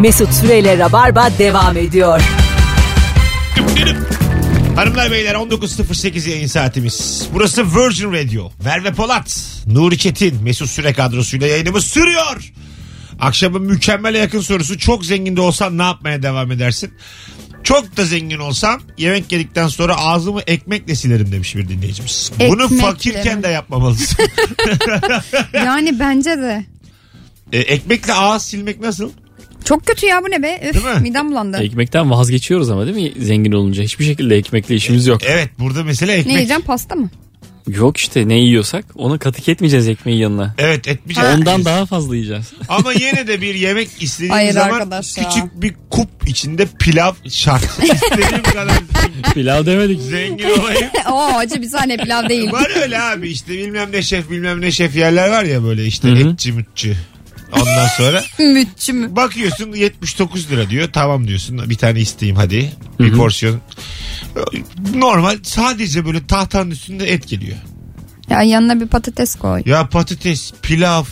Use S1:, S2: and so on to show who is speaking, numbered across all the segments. S1: Mesut Süreyle Rabarba devam ediyor.
S2: Hanımlar beyler 19.08 yayın saatimiz. Burası Virgin Radio. Merve Polat, Nuri Çetin, Mesut Süre kadrosuyla yayınımız sürüyor. Akşamın mükemmele yakın sorusu çok zengin de olsan ne yapmaya devam edersin? Çok da zengin olsam yemek yedikten sonra ağzımı ekmekle silerim demiş bir dinleyicimiz. Bunu
S3: Ekmekle
S2: fakirken
S3: mi?
S2: de yapmamalısın.
S3: Yani bence de.
S2: E, ekmekle ağız silmek nasıl?
S3: Çok kötü ya bu ne be?
S2: Değil mi?
S3: Öf, midem bulandı.
S4: Ekmekten vazgeçiyoruz ama değil mi zengin olunca? Hiçbir şekilde ekmekle işimiz yok.
S2: Evet burada mesele
S3: Ne
S2: ekmek.
S3: yiyeceğim pasta mı?
S4: Yok işte ne yiyorsak ona katık etmeyeceğiz ekmeğin yanına.
S2: Evet etmeyeceğiz.
S4: Ondan daha fazla yiyeceğiz.
S2: Ama yine de bir yemek istediğim
S3: Hayır
S2: zaman
S3: arkadaş ya.
S2: küçük bir kup içinde pilav şart. İstediğim kadar
S4: Pilav demedik.
S2: zengin olayım.
S3: Oo acı bir saniye pilav değil.
S2: Var öyle abi işte bilmem ne şef bilmem ne şef yerler var ya böyle işte etçi mütçü. Ondan sonra
S3: Mütçü mü?
S2: bakıyorsun 79 lira diyor. Tamam diyorsun bir tane isteyeyim hadi. Bir porsiyon. Normal sadece böyle tahtanın üstünde et geliyor.
S3: Ya yanına bir patates koy.
S2: Ya patates, pilav.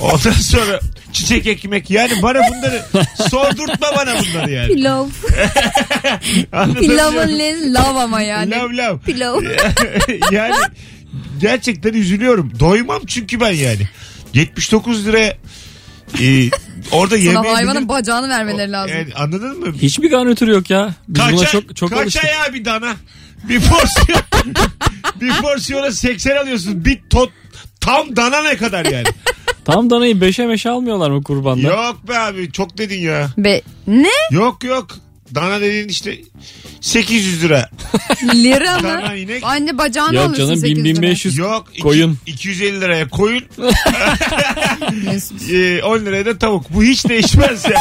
S2: Ondan sonra çiçek ekmek. Yani bana bunları sordurtma bana bunları yani.
S3: Pilav.
S2: Anlatabiliyor
S3: Pilavın
S2: muyum?
S3: lezzeti lav ama yani.
S2: Lav lav.
S3: Pilav.
S2: yani gerçekten üzülüyorum. Doymam çünkü ben yani. 79 lira e, orada yemeğe...
S3: Sana hayvanın
S2: bilir-
S3: bacağını vermeleri lazım.
S2: Yani anladın mı?
S4: Hiçbir garnitür yok ya. Biz buna
S2: Kaça,
S4: çok, çok
S2: kaça
S4: alıştık.
S2: ya bir dana. Bir porsiyon. bir porsiyona 80 alıyorsun. Bir tot, tam dana ne kadar yani?
S4: Tam danayı beşe meşe almıyorlar mı kurbanda?
S2: Yok be abi çok dedin ya.
S3: Be ne?
S2: Yok yok. Dana dediğin işte 800 lira.
S3: Lira mı?
S2: Dana inek.
S3: Anne bacağını
S4: Yok
S3: alırsın
S4: canım
S3: 800
S4: bin-
S3: lira.
S4: 1500
S2: Yok. iki-
S4: koyun.
S2: 250 liraya koyun.
S3: Mesut.
S2: e, 10 liraya da tavuk. Bu hiç değişmez yani.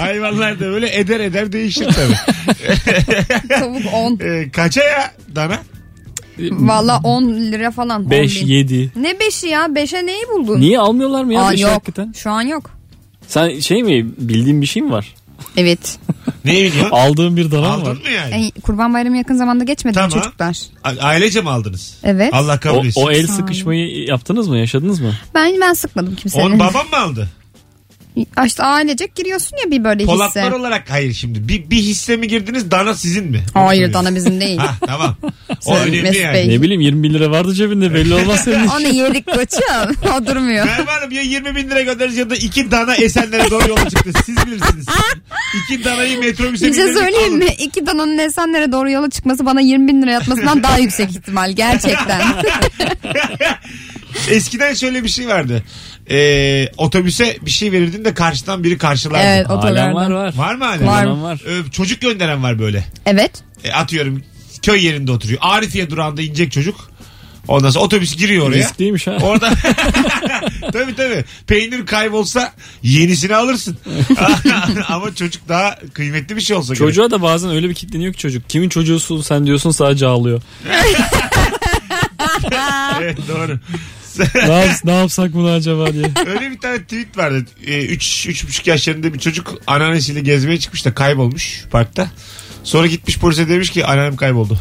S2: Hayvanlar da böyle eder eder değişir tabii.
S3: Tavuk 10.
S2: E, kaça ya dana?
S3: Valla 10 lira falan. on
S4: 5,
S3: bin.
S4: 7.
S3: Ne 5'i ya? 5'e neyi buldun?
S4: Niye almıyorlar mı ya
S3: Aa,
S4: 5'i
S3: yok.
S4: hakikaten?
S3: Şu an yok.
S4: Sen şey mi bildiğin bir şey mi var?
S3: Evet.
S2: Ne biliyorsun?
S4: Aldığın bir dana mı var?
S2: Aldın mı yani?
S3: Ey, Kurban Bayramı yakın zamanda geçmedi mi
S2: Tamam.
S3: çocuklar.
S2: A- Ailece mi aldınız?
S3: Evet.
S2: Allah
S4: O,
S2: kabul etsin.
S4: o el sıkışmayı yaptınız mı? Yaşadınız mı?
S3: Ben ben sıkmadım kimsenin.
S2: On babam mı aldı?
S3: İşte ailecek giriyorsun ya bir böyle hisse.
S2: Polatlar olarak hayır şimdi. Bir, bir hisse mi girdiniz dana sizin mi? Onu
S3: Hayır
S2: soruyorum.
S3: dana bizim değil.
S2: Ha tamam. O
S3: Sen
S2: önemli
S3: Mesut
S2: yani.
S3: Bey.
S4: Ne bileyim 20 bin lira vardı cebinde belli olmaz senin.
S3: Onu yedik koçum. O durmuyor.
S2: Merve Hanım ya 20 bin lira göndeririz ya da iki dana Esenler'e doğru yola çıktı. Siz bilirsiniz. İki danayı metrobüse
S3: Bir şey
S2: bindirdik,
S3: söyleyeyim
S2: alın.
S3: mi? İki dananın Esenler'e doğru yola çıkması bana 20 bin lira yatmasından daha yüksek ihtimal. Gerçekten.
S2: Eskiden şöyle bir şey vardı. Ee, otobüse bir şey verirdin de karşıdan biri karşılardı.
S3: evet
S4: Halen var
S3: otogarda.
S4: var.
S2: Var mı hala?
S3: Var.
S4: Kullanan var.
S2: Ee, çocuk gönderen var böyle.
S3: Evet.
S2: E, atıyorum köy yerinde oturuyor. Arifiye durağında inecek çocuk. Ondan sonra otobüs giriyor oraya.
S4: Riskliymiş ha.
S2: Orada tabii tabii peynir kaybolsa yenisini alırsın. Ama çocuk daha kıymetli bir şey olsa gerek.
S4: Çocuğa da bazen öyle bir kitleniyor ki çocuk. Kimin çocuğusun sen diyorsun sadece ağlıyor.
S2: Evet, doğru.
S4: ne, yaps- ne yapsak bunu acaba diye.
S2: Öyle bir tane tweet vardı. 3 üç, 3,5 yaşlarında bir çocuk anneannesiyle gezmeye çıkmış da kaybolmuş parkta. Sonra gitmiş polise demiş ki anneannem kayboldu.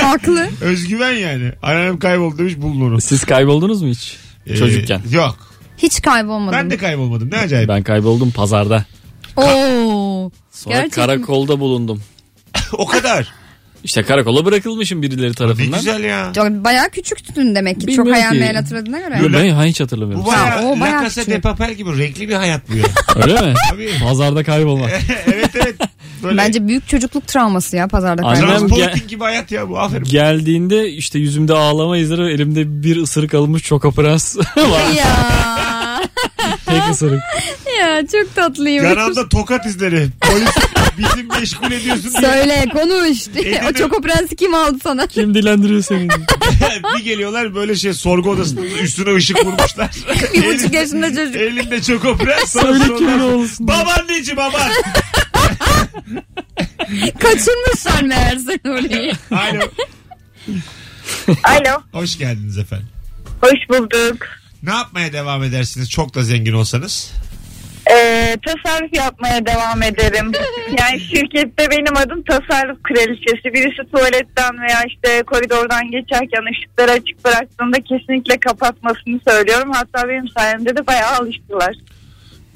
S3: Haklı.
S2: Özgüven yani. Anneannem kayboldu demiş bulun onu.
S4: Siz kayboldunuz mu hiç?
S2: Ee,
S4: Çocukken.
S2: Yok.
S3: Hiç kaybolmadım.
S2: Ben de kaybolmadım. Ne acayip.
S4: Ben kayboldum pazarda.
S3: Oo.
S4: Sonra
S3: Gerçekten.
S4: karakolda bulundum.
S2: o kadar.
S4: İşte karakola bırakılmışım birileri
S2: Ne
S4: tarafından.
S2: güzel ya.
S3: Çok- Bayağı küçüktün demek ki.
S4: Bilmiyorum
S3: Çok hayal
S4: ki.
S3: meyal hatırladığına göre.
S4: Yo, Ben ha, hiç hatırlamıyorum.
S2: Bu bayağı,
S3: Ha, o bayağı
S2: La Casa de
S3: küçük.
S2: Papel gibi renkli bir hayat bu ya.
S4: Öyle mi?
S2: Tabii.
S4: Pazarda kaybolmak.
S2: evet evet. Böyle
S3: Bence büyük çocukluk travması ya pazarda
S4: Annem-
S3: kaybolmak.
S2: Transporting gibi hayat ya bu. Aferin.
S4: Geldiğinde işte yüzümde ağlama izleri ve elimde bir ısırık alınmış çokaprens var.
S3: ya.
S4: Tek ısırık.
S3: ya çok tatlıymış.
S2: Yanamda tokat izleri. Polis bizim meşgul ediyorsun diye.
S3: Söyle konuş.
S2: Edirne-
S3: o çoko prensi kim aldı sana?
S4: Kim dilendiriyor seni?
S2: bir geliyorlar böyle şey sorgu odasının üstüne ışık vurmuşlar.
S3: Bir buçuk yaşında çocuk.
S2: Elinde çokopren
S4: Söyle
S2: sana
S4: kimin
S2: sorular.
S4: olsun.
S2: Babaanneci baban.
S3: Kaçırmışlar meğerse Nuri'yi.
S2: Alo.
S5: Alo.
S2: Hoş geldiniz efendim.
S5: Hoş bulduk.
S2: Ne yapmaya devam edersiniz çok da zengin olsanız?
S5: Ee, Ee, tasarruf yapmaya devam ederim. Yani şirkette benim adım tasarruf kraliçesi. Birisi tuvaletten veya işte koridordan geçerken ışıkları açık bıraktığında kesinlikle kapatmasını söylüyorum. Hatta benim sayemde de bayağı alıştılar.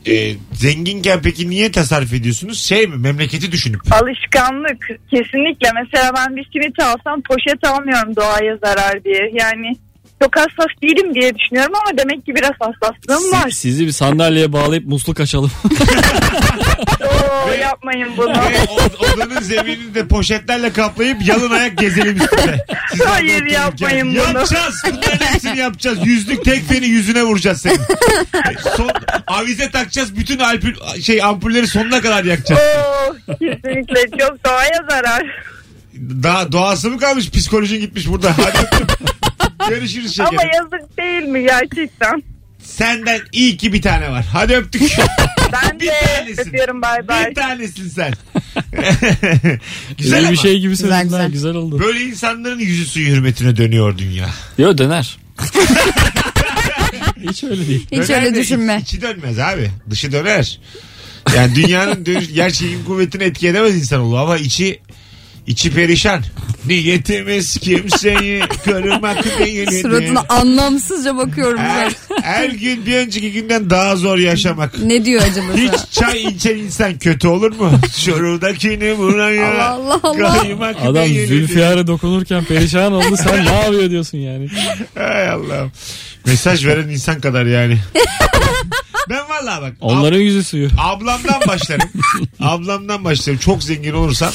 S2: Ee, zenginken peki niye tasarruf ediyorsunuz? Şey mi memleketi düşünüp?
S5: Alışkanlık kesinlikle. Mesela ben bir simit alsam poşet almıyorum doğaya zarar diye. Yani çok hassas değilim diye düşünüyorum ama demek ki biraz hassaslığım var.
S4: Si- Sizi bir sandalyeye bağlayıp musluk açalım.
S5: Oo, yapmayın bunu.
S2: Ve od- odanın zeminini de poşetlerle kaplayıp yalın ayak gezelim üstüne. Siz orada
S5: Hayır,
S2: otururken.
S5: yapmayın bunu.
S2: Yapacağız. Bunların hepsini yapacağız. Yüzlük tek feni yüzüne vuracağız senin. Son, avize takacağız. Bütün alpül, şey, ampulleri sonuna kadar yakacağız.
S5: Oo, Oh, kesinlikle çok doğaya zarar.
S2: Daha doğası mı kalmış? Psikolojin gitmiş burada. Hadi öptüm. Görüşürüz şekerim.
S5: Ama yazık değil mi gerçekten?
S2: Senden iyi ki bir tane var. Hadi öptük.
S5: Ben
S2: Bir
S5: de
S2: tanesin.
S5: öpüyorum bay bay.
S2: bir tanesin sen.
S4: Güzel
S2: Güzel ama.
S4: bir şey gibi
S3: Güzel,
S4: sözler
S3: güzel.
S4: güzel. oldu.
S2: Böyle insanların yüzü suyu hürmetine dönüyor dünya.
S4: Yo döner. Hiç öyle değil.
S3: Hiç
S2: Döner
S3: öyle
S2: de
S3: düşünme.
S2: iç- içi dönmez abi. Dışı döner. Yani dünyanın dönüş, gerçeğin kuvvetini etki edemez insanoğlu ama içi içi perişan. Niyetimiz kimseyi kırmak şey değil.
S3: Suratına anlamsızca bakıyorum.
S2: Her, her gün bir önceki günden daha zor yaşamak.
S3: Ne diyor acaba?
S2: Hiç şey
S3: sana?
S2: çay içen insan kötü olur mu? Şurudakini buraya.
S3: Allah Allah Allah.
S2: kaymak
S4: Adam
S2: değil.
S4: Zülfiyar'a dokunurken perişan oldu. Sen ne yapıyor diyorsun yani.
S2: Hay Allah'ım. Mesaj veren insan kadar yani. ben vallahi bak. ab-
S4: Onların yüzü suyu.
S2: ablamdan başlarım. ablamdan başlarım. Çok zengin olursam.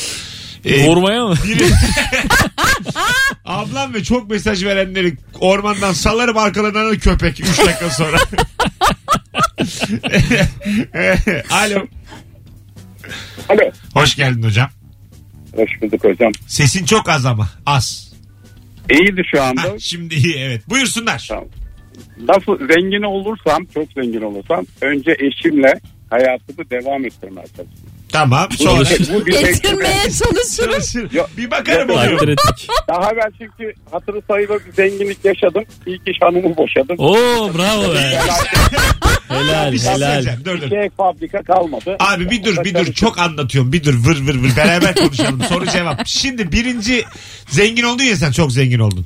S2: e,
S4: Vurmaya mı?
S2: biri- Ablam ve çok mesaj verenleri ormandan salarım arkalarından da köpek 3 dakika sonra. Alo.
S6: Alo.
S2: Hoş geldin hocam.
S6: Hoş bulduk hocam.
S2: Sesin çok az ama. Az.
S6: İyiydi şu anda.
S2: Ha, şimdi iyi evet. Buyursunlar.
S6: Tamam. Nasıl zengin olursam, çok zengin olursam önce eşimle hayatımı devam ettirmeye çalışıyorum.
S2: Tamam. Sonra.
S6: Bu bir şey. tecrübe.
S3: Getirmeye çalışırım.
S6: Yok.
S2: bir bakarım
S6: Yok.
S2: oluyor.
S4: Takdir ettik.
S6: Daha evvel çünkü hatırı sayılır bir zenginlik yaşadım. İlk iş hanımı boşadım.
S4: Oo bravo be. Helal
S2: Bir şey
S4: helal.
S2: söyleyeceğim. Dur dur.
S6: İki fabrika kalmadı.
S2: Abi bir dur bir dur çok anlatıyorum bir dur vır vır vır beraber konuşalım soru cevap. Şimdi birinci zengin oldun ya sen çok zengin oldun.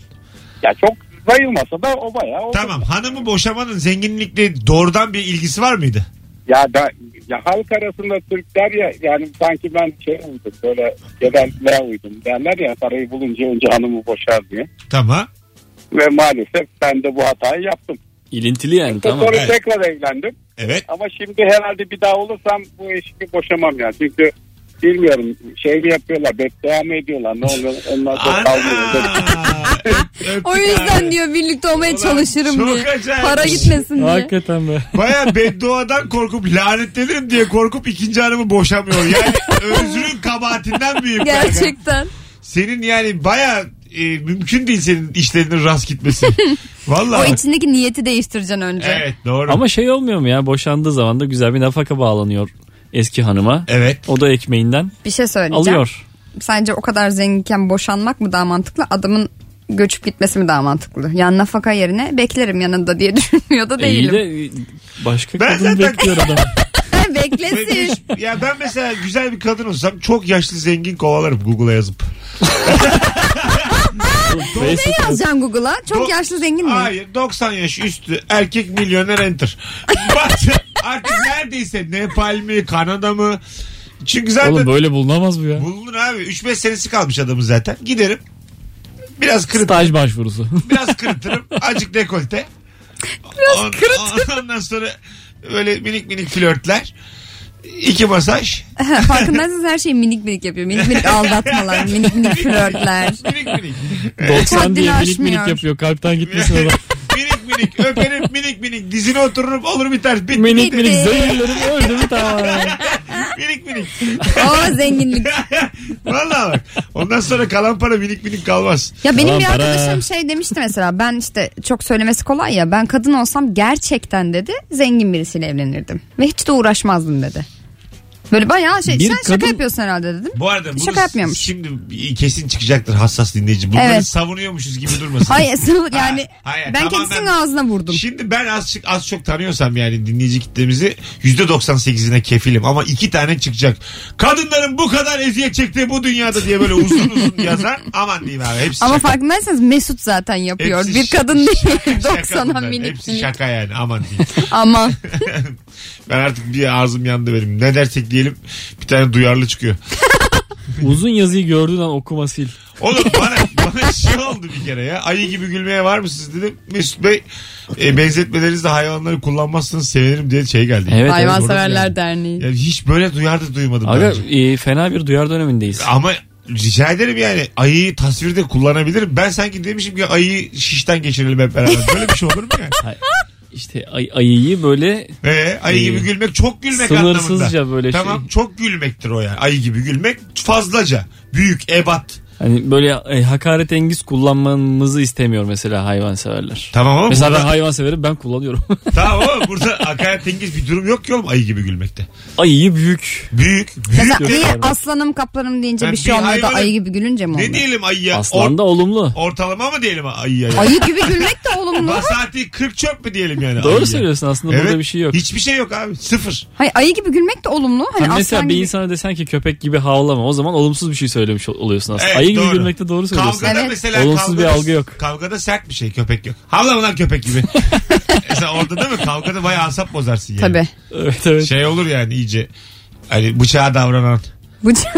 S6: Ya çok sayılmasa da o bayağı oldu.
S2: Tamam hanımı boşamanın zenginlikle doğrudan bir ilgisi var mıydı?
S6: Ya da ya halk arasında Türkler ya yani sanki ben şey uydum böyle gelenliğe uydum derler ya parayı bulunca önce hanımı boşar diye.
S2: Tamam.
S6: Ve maalesef ben de bu hatayı yaptım.
S4: İlintili yani tamam.
S6: Sonra
S2: evet.
S6: tekrar evlendim.
S2: Evet.
S6: Ama şimdi herhalde bir daha olursam bu eşimi boşamam yani. Çünkü bilmiyorum şey mi yapıyorlar beddua mı ediyorlar ne oluyor onlar da
S2: Ana!
S6: kalmıyor.
S2: Öp- öptük
S3: O yüzden
S2: abi.
S3: diyor birlikte olmaya
S2: Ulan
S3: çalışırım
S2: çok
S3: diye.
S2: acayip. şey.
S3: Para gitmesin diye.
S4: Hakikaten be.
S2: Baya bedduadan korkup lanetlenirim diye korkup ikinci hanımı boşamıyor. Yani özrün kabahatinden büyük. Gerçek.
S3: Gerçekten.
S2: Senin yani baya e, mümkün değil senin işlerinin rast gitmesi.
S3: O
S2: Vallahi.
S3: içindeki niyeti değiştireceksin önce.
S2: Evet doğru.
S4: Ama şey olmuyor mu ya boşandığı zaman da güzel bir nafaka bağlanıyor eski hanıma.
S2: Evet.
S4: O da ekmeğinden
S3: Bir şey söyleyeceğim.
S4: alıyor.
S3: Sence o kadar zenginken boşanmak mı daha mantıklı? Adamın göçüp gitmesi mi daha mantıklı? Yani nafaka yerine beklerim yanında diye düşünmüyor da
S4: E, iyi
S3: değilim.
S4: de e, başka
S2: Ben
S4: kadın
S2: zaten-
S4: bekliyor adam.
S3: Beklesin.
S2: ya ben mesela güzel bir kadın olsam çok yaşlı zengin kovalarım Google'a yazıp.
S4: Neyse.
S3: Yazacaksın Google'a. Çok yaşlı zengin mi?
S2: Hayır 90 yaş üstü erkek milyoner enter. Bak artık neredeyse Nepal mi Kanada mı? Çünkü zaten
S4: Oğlum böyle bulunamaz bu ya.
S2: bulunur abi 3-5 senesi kalmış adamın zaten. Giderim biraz kırıt,
S4: Staj başvurusu.
S2: biraz kırıtırım acık dekolte. Biraz kırıtırım. Ondan sonra böyle minik minik flörtler. İki masaj.
S3: Farkındaysanız her şeyi minik minik yapıyor. Minik minik aldatmalar, minik minik flörtler.
S2: Minik minik.
S4: 90 diye
S3: Haddini
S4: minik minik
S3: aşmıyor.
S4: yapıyor. Kalpten gitmesin adam.
S2: minik minik öperim minik minik dizine otururum olur biter Bit-
S4: minik minik
S3: Bitti.
S4: zehirlerim öldü mü tamam.
S2: minik minik
S3: O zenginlik.
S2: Vallahi bak ondan sonra kalan para minik minik kalmaz
S3: Ya benim
S4: Tamam,
S3: bir
S4: para.
S3: arkadaşım şey demişti mesela ben işte çok söylemesi kolay ya ben kadın olsam gerçekten dedi zengin birisiyle evlenirdim ve hiç de uğraşmazdım dedi. Böyle bayağı şey.
S4: Bir
S3: Sen şaka
S4: kadın-
S3: yapıyorsun herhalde dedim.
S2: Bu arada bunu
S3: Şaka yapmıyormuş.
S2: şimdi kesin çıkacaktır hassas dinleyici. Bunları
S3: Evet.
S2: savunuyormuşuz gibi durmasın.
S3: Hayır sıfır yani
S2: hayır,
S3: ben
S2: tamamen-
S3: kendisinin ağzına vurdum.
S2: Şimdi ben az, çık- az çok tanıyorsam yani dinleyici kitlemizi %98'ine kefilim ama iki tane çıkacak. Kadınların bu kadar eziyet çektiği bu dünyada diye böyle uzun uzun yazar. Aman diyeyim abi hepsi
S3: Ama
S2: şaka.
S3: farkındaysanız Mesut zaten yapıyor.
S2: Hepsi
S3: bir
S2: şaka-
S3: kadın değil.
S2: şaka
S3: 90'a
S2: bunlar.
S3: minik
S2: Hepsi
S3: minik.
S2: şaka yani aman diyeyim.
S3: Aman.
S2: ben artık bir ağzım yandı benim. Ne dersek diyelim bir tane duyarlı çıkıyor.
S4: Uzun yazıyı gördüğün an okuma sil.
S2: Oğlum bana, bana şey oldu bir kere ya. Ayı gibi gülmeye var mısınız dedim. Mesut Bey e, benzetmelerinizde hayvanları kullanmazsınız sevinirim diye şey geldi.
S4: Evet,
S3: Hayvanseverler
S4: orası
S3: Derneği.
S2: Yani hiç böyle duyar da duymadım.
S4: yani.
S2: daha
S4: Aga
S2: önce.
S4: e, fena bir duyar dönemindeyiz.
S2: Ama rica ederim yani ayıyı tasvirde kullanabilirim. Ben sanki demişim ki ayıyı şişten geçirelim hep beraber. Böyle bir şey olur mu yani?
S4: Hayır. İşte ay- ayıyı böyle
S2: Ee, ayı gibi
S4: Ee,
S2: gülmek çok gülmek
S4: sınırsızca
S2: anlamında.
S4: böyle şey.
S2: Tamam çok gülmektir o yani. Ayı gibi gülmek fazlaca. Büyük, ebat.
S4: hani böyle e, hakaret engiz kullanmanızı istemiyor mesela hayvanseverler.
S2: Tamam ama
S4: Mesela ben
S2: burada,
S4: hayvan severim ben kullanıyorum.
S2: tamam ama burada hakaretengiz bir durum yok ki oğlum ayı gibi gülmekte.
S4: Ayıyı büyük.
S2: Büyük, büyük
S3: Mesela
S2: de-
S3: iyi aslanım kaplanım deyince
S2: Ben
S3: bir şey
S2: bir
S3: olmuyor da
S2: hayvanı-
S3: ayı gibi gülünce mi
S2: Ne
S3: oluyor?
S2: diyelim ayıya?
S4: Aslan da olumlu.
S2: Or- ortalama mı diyelim ayıya? ya?
S3: Ayı gibi gülmek de olumlu.
S2: Basati 40 çöp mü diyelim yani?
S4: Doğru
S2: ayıya?
S4: söylüyorsun aslında burada bir şey yok.
S2: Hiçbir şey yok abi. Sıfır.
S3: Hayır ayı gibi gülmek de olumlu. Hani
S4: Sen mesela
S3: aslan
S4: bir
S3: gibi-
S4: insana desen ki köpek gibi havlama o zaman olumsuz bir şey söylemiş ol- oluyorsun aslında.
S2: Evet,
S4: Ayı gibi
S2: doğru.
S4: gülmekte doğru söylüyorsun.
S2: Kavgada
S3: Evet.
S2: mesela
S4: Olumsuz
S2: kavgada-
S4: bir algı yok.
S2: Kavgada sert bir şey köpek yok. Havlama lan köpek gibi. mesela orada değil mi? Kavgada bayağı asap bozarsın yani.
S3: Tabii.
S4: Evet evet.
S2: Şey olur yani iyice. Hani bıçağa davranan.
S3: Bıçak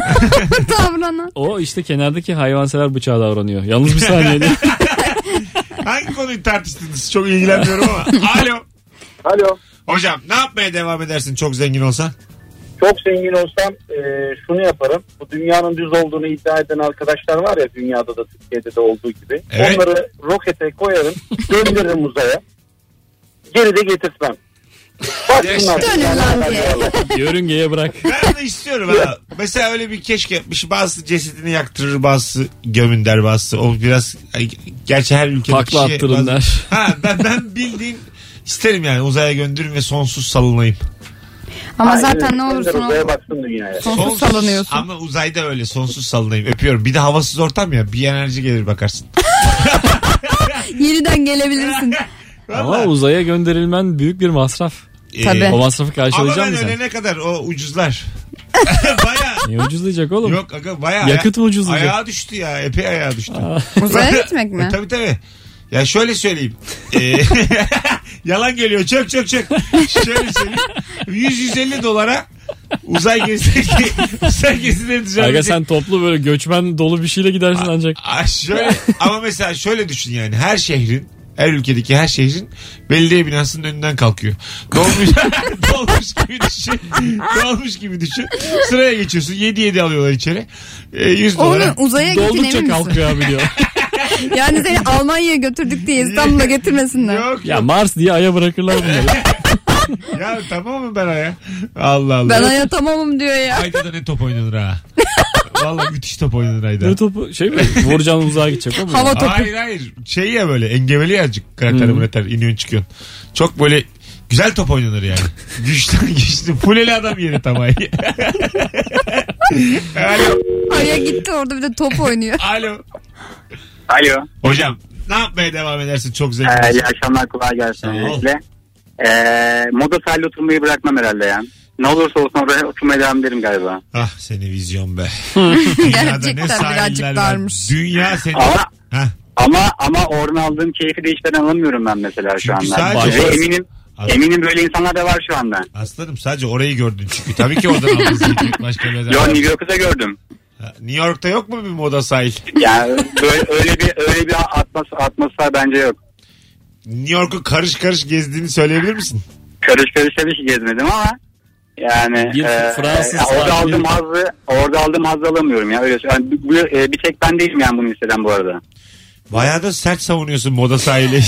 S3: davranan.
S4: O işte kenardaki hayvansever bıçağa davranıyor. Yalnız bir saniye.
S2: Hangi konuyu tartıştınız? Çok ilgilenmiyorum ama. Alo.
S6: Alo.
S2: Hocam ne yapmaya devam edersin çok zengin olsan?
S6: Çok zengin olsam e, şunu yaparım. Bu dünyanın düz olduğunu iddia eden arkadaşlar var ya dünyada da Türkiye'de de olduğu gibi.
S2: Evet.
S6: Onları rokete koyarım. Gönderirim uzaya. Geri de getirtmem. Bak bunlar.
S3: Dönün lan diye.
S4: Yörüngeye bırak.
S2: Ben de istiyorum ha. Mesela öyle bir keşke yapmış. Bazısı cesedini yaktırır, bazısı gömün der, bazısı. O biraz ay, gerçi her ülkede
S4: Takla
S2: kişiye
S4: attırın
S2: bazı-
S4: der.
S2: Ha, ben, ben bildiğin isterim yani uzaya gönderin ve sonsuz salınayım.
S3: Ama
S6: Aynen.
S3: zaten ne
S6: Gönder
S3: olursun ol.
S6: uzaya baksın dünyaya.
S3: Sonsuz salınıyorsun.
S2: Ama uzayda öyle sonsuz salınayım. Öpüyorum. Bir de havasız ortam ya. Bir enerji gelir bakarsın.
S3: Yeniden gelebilirsin.
S4: Ama
S2: Vallahi.
S4: uzaya gönderilmen büyük bir masraf.
S2: Ee,
S3: tabii.
S4: O masrafı
S2: Ama
S4: karşılayacak
S2: ben
S4: mısın?
S2: ölene kadar o ucuzlar. baya
S4: Niye ucuzlayacak oğlum?
S2: yok aga baya
S4: Yakıt mı ucuzlayacak?
S2: Ayağa düştü ya. Epey ayağa düştü.
S3: Uzaya gitmek mi?
S2: E, tabii tabii. Ya şöyle söyleyeyim. Ee, yalan geliyor. Çök çök çök. Şöyle söyleyeyim. 100-150 dolara uzay gezisi uzay gezileri
S4: Aga
S2: düzenleyecek.
S4: sen toplu böyle göçmen dolu bir şeyle gidersin ancak.
S2: Aa, şöyle, ama mesela şöyle düşün yani. Her şehrin her ülkedeki her şehrin belediye binasının önünden kalkıyor. Dolmuş, dolmuş gibi düşün. Dolmuş gibi düşün. Sıraya geçiyorsun. 7-7 alıyorlar içeri. Ee, 100
S3: Onu
S2: dolara.
S3: uzaya gittin
S4: Doldukça
S3: emin misin?
S4: kalkıyor abi diyor.
S3: Yani seni Almanya'ya götürdük diye İstanbul'a getirmesinler.
S2: Yok
S4: ya Mars diye aya bırakırlar bunları.
S2: ya tamam mı ben aya? Allah Allah.
S3: Ben aya tamamım diyor ya.
S2: Ayda da ne top oynanır ha. Valla müthiş top oynanır Ayda.
S4: Ne topu şey mi? Vuracağın uzağa gidecek ama.
S3: Hava topu.
S2: Hayır hayır. Şey ya böyle engebeli ya azıcık karakter
S4: Hı.
S2: mırater iniyorsun çıkıyorsun. Çok böyle güzel top oynanır yani. güçlü güçlü. Fuleli adam yeri tam ay. Alo.
S3: Aya gitti orada bir de top oynuyor.
S2: Alo.
S7: Alo.
S2: Hocam ne yapmaya devam edersin çok zengin.
S7: Ee,
S2: olsun.
S7: iyi akşamlar kolay gelsin.
S2: Sağ ol.
S7: öncelikle. Ee, moda sahilde oturmayı bırakmam herhalde ya. Ne olursa olsun oraya oturmaya devam ederim galiba.
S2: ah seni vizyon be. Dünyada ne
S3: Gerçekten
S2: sahiller
S3: birazcık
S2: var.
S3: darmış.
S2: Dünya seni.
S7: Ama
S2: Heh,
S7: ama ama oradan aldığım keyfi de işten alamıyorum ben mesela şu
S2: Çünkü
S7: anda.
S2: sadece-
S7: Ve eminim
S2: As-
S7: eminim böyle insanlar da var şu anda.
S2: Aslanım sadece orayı gördün çünkü. Tabii ki oradan aldın zengin. Başka bir yerden
S7: Yo
S2: aldın.
S7: New York'u da gördüm.
S2: Ha, New York'ta yok mu bir moda sahil?
S7: Yani böyle öyle bir öyle bir atmos atmosfer bence yok.
S2: New York'u karış karış gezdiğini söyleyebilir misin?
S7: Karış karış tabii ki gezmedim ama yani e,
S4: Bir Fransız sahili.
S7: orada aldığım hazzı orada aldığım hazzı alamıyorum ya öyle yani, bu- bu- e, bir tek ben değilim yani bunu hisseden bu arada.
S2: Bayağı da sert savunuyorsun moda sahili.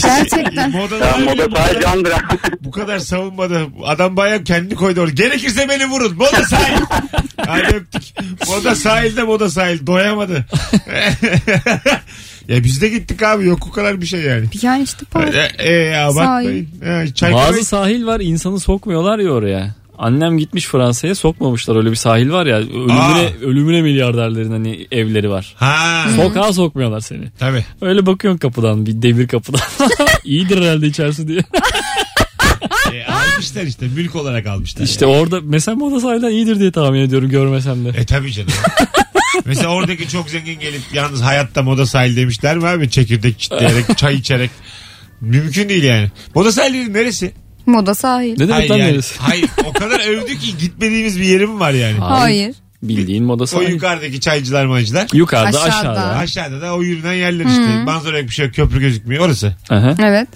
S3: Gerçekten.
S2: moda
S7: Ya
S2: sahili
S7: moda
S2: bu
S7: sahil
S2: kadar-
S7: candır. ha.
S2: Bu kadar savunmadı. Adam bayağı kendi koydu oraya. Gerekirse beni vurun. Moda sahil. Hadi öptük. Moda sahilde moda sahil. Doyamadı. ya biz de gittik abi. Yok o kadar bir şey yani.
S3: Yani işte park.
S2: E, e, abartmayın. E, çay
S4: Bazı sahil var insanı sokmuyorlar ya oraya. Annem gitmiş Fransa'ya sokmamışlar öyle bir sahil var ya. Ölümüne,
S2: Aa.
S4: ölümüne milyarderlerin hani evleri var.
S2: Ha.
S4: Sokağa sokmuyorlar seni.
S2: Tabii.
S4: Öyle bakıyorsun kapıdan bir demir kapıdan. İyidir herhalde içerisi diye.
S2: E, almışlar işte mülk olarak almışlar.
S4: işte orada mesela moda sahilden iyidir diye tahmin ediyorum görmesem de.
S2: E tabii canım. Mesela oradaki çok zengin gelip yalnız hayatta moda sahil demişler mi abi? Çekirdek çitleyerek, çay içerek. Mümkün değil yani. Moda sahilinin neresi?
S3: Moda sahil.
S4: Ne demek lan
S2: yani,
S4: neresi?
S2: hayır o kadar övdü ki gitmediğimiz bir yerim var yani.
S3: Hayır.
S4: Bildiğin moda
S2: O
S4: sahil.
S2: yukarıdaki çaycılar macılar.
S4: Yukarıda
S3: Aşağıda.
S4: aşağıda.
S2: Aşağıda da o yürünen yerler işte. Manzara yok bir şey yok. Köprü gözükmüyor. Orası.
S4: Aha.
S3: Evet.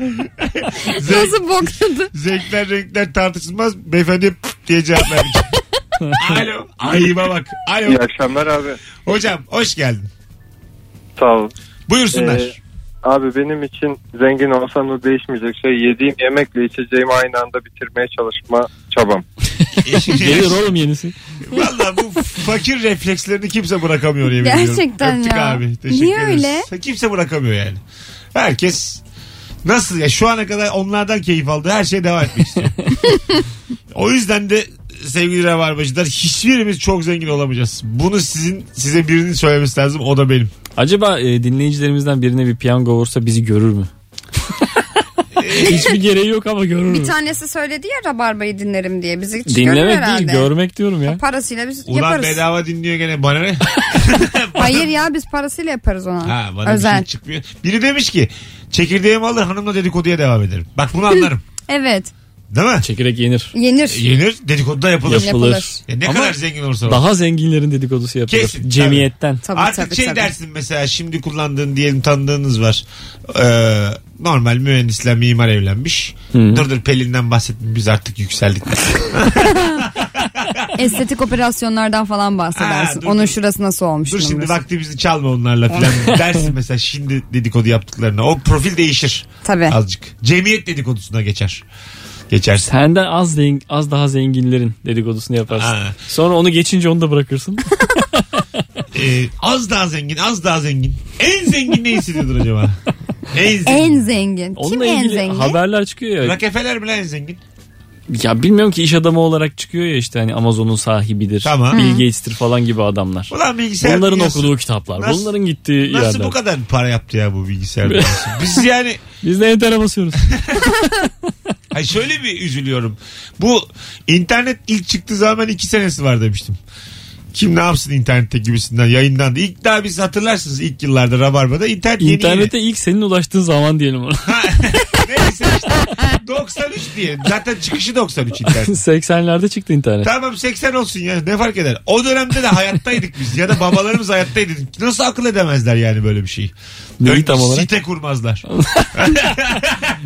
S2: Zevk-
S3: Nasıl bokladı?
S2: zevkler renkler tartışılmaz. Beyefendi "Pf" diye cevap verdik. Alo. Ayıma bak. Alo.
S8: İyi akşamlar abi.
S2: Hocam hoş geldin.
S8: Sağ olun.
S2: Buyursunlar.
S8: Ee, abi benim için zengin olsam da değişmeyecek şey yediğim yemekle içeceğimi aynı anda bitirmeye çalışma çabam.
S4: Gelir oğlum yenisi.
S2: Valla bu fakir reflekslerini kimse bırakamıyor yemin ediyorum.
S3: Gerçekten
S2: Öptük
S3: ya.
S2: abi. Teşekkür
S3: Niye
S2: ederiz.
S3: öyle?
S2: Kimse bırakamıyor yani. Herkes nasıl ya şu ana kadar onlardan keyif aldı. Her şeye devam etmek istiyor. o yüzden de sevgili Rabarbacılar hiçbirimiz çok zengin olamayacağız. Bunu sizin size birinin söylemesi lazım. O da benim.
S4: Acaba e, dinleyicilerimizden birine bir piyango vursa bizi görür mü? Hiçbir gereği yok ama görür mü?
S3: Bir tanesi söyledi ya rabarbayı dinlerim diye. Bizi hiç görür
S4: Dinlemek
S3: herhalde.
S4: değil görmek diyorum ya.
S3: Parasıyla biz
S2: Ulan
S3: yaparız.
S2: bedava dinliyor gene bana ne?
S3: Hayır ya biz parasıyla yaparız ona.
S2: Ha, bana bir
S3: Özel.
S2: şey çıkmıyor. Biri demiş ki çekirdeğimi alır hanımla dedikoduya devam ederim. Bak bunu anlarım.
S3: Evet.
S2: Değil mi?
S4: Çekerek yenir.
S3: Yenir.
S2: Yenir dedikodu da yapılır.
S4: Yapılır.
S3: Yapılır.
S2: Ya ne
S4: Ama
S2: kadar zengin olursa olsun.
S4: Daha zenginlerin dedikodusu yapılır.
S2: Kesin, tabii.
S4: Cemiyetten.
S3: Tabii
S2: Artık
S3: tabii
S2: şey
S3: tabii.
S2: dersin mesela şimdi kullandığın diyelim tanıdığınız var. Ee, normal mühendisle mimar evlenmiş. Dur dur Pelin'den bahsettim biz artık yükseldik.
S3: Estetik operasyonlardan falan bahsedersin.
S2: Ha, dur,
S3: Onun
S2: dur.
S3: şurası nasıl olmuş?
S2: dur şimdi
S3: numarası.
S2: vaktimizi çalma onlarla filan dersin mesela şimdi dedikodu yaptıklarına. O profil değişir
S3: Tabii.
S2: azıcık. Cemiyet dedikodusuna geçer. Geçersin.
S4: Senden az zengin, az daha zenginlerin dedikodusunu yaparsın.
S2: Ha.
S4: Sonra onu geçince onu da bırakırsın.
S2: Ee, az daha zengin az daha zengin. En zengin ne hissediyordur acaba? En zengin.
S3: En zengin. Kim
S4: Onunla
S3: en
S4: ilgili
S3: zengin?
S4: haberler çıkıyor ya.
S2: Rockefeller bile en zengin.
S4: Ya bilmiyorum ki iş adamı olarak çıkıyor ya işte hani Amazon'un sahibidir.
S2: Tamam.
S4: Bill Gates'tir falan gibi adamlar.
S2: Ulan bilgisayar
S4: Bunların
S2: biliyorsun.
S4: okuduğu kitaplar.
S2: Nasıl-
S4: bunların gittiği
S2: Nasıl
S4: yerler.
S2: bu kadar para yaptı ya bu bilgisayar mühendisi? Biz yani
S4: Biz de entele basıyoruz.
S2: ay şöyle bir üzülüyorum. Bu internet ilk çıktığı zaman ben iki senesi var demiştim. Kim ne yapsın internette gibisinden yayından da. İlk daha biz hatırlarsınız ilk yıllarda Rabarba'da internet yeni
S4: İnternete ilk senin ulaştığın zaman diyelim ona.
S2: yeni. Neyse işte 93 diye. Zaten çıkışı 93 internet.
S4: 80'lerde çıktı internet.
S2: Tamam 80 olsun ya ne fark eder. O dönemde de hayattaydık biz ya da babalarımız hayattaydı. Nasıl akıl edemezler yani böyle bir şeyi.
S4: Neyi
S2: Önce
S4: tam olarak?
S2: Site kurmazlar.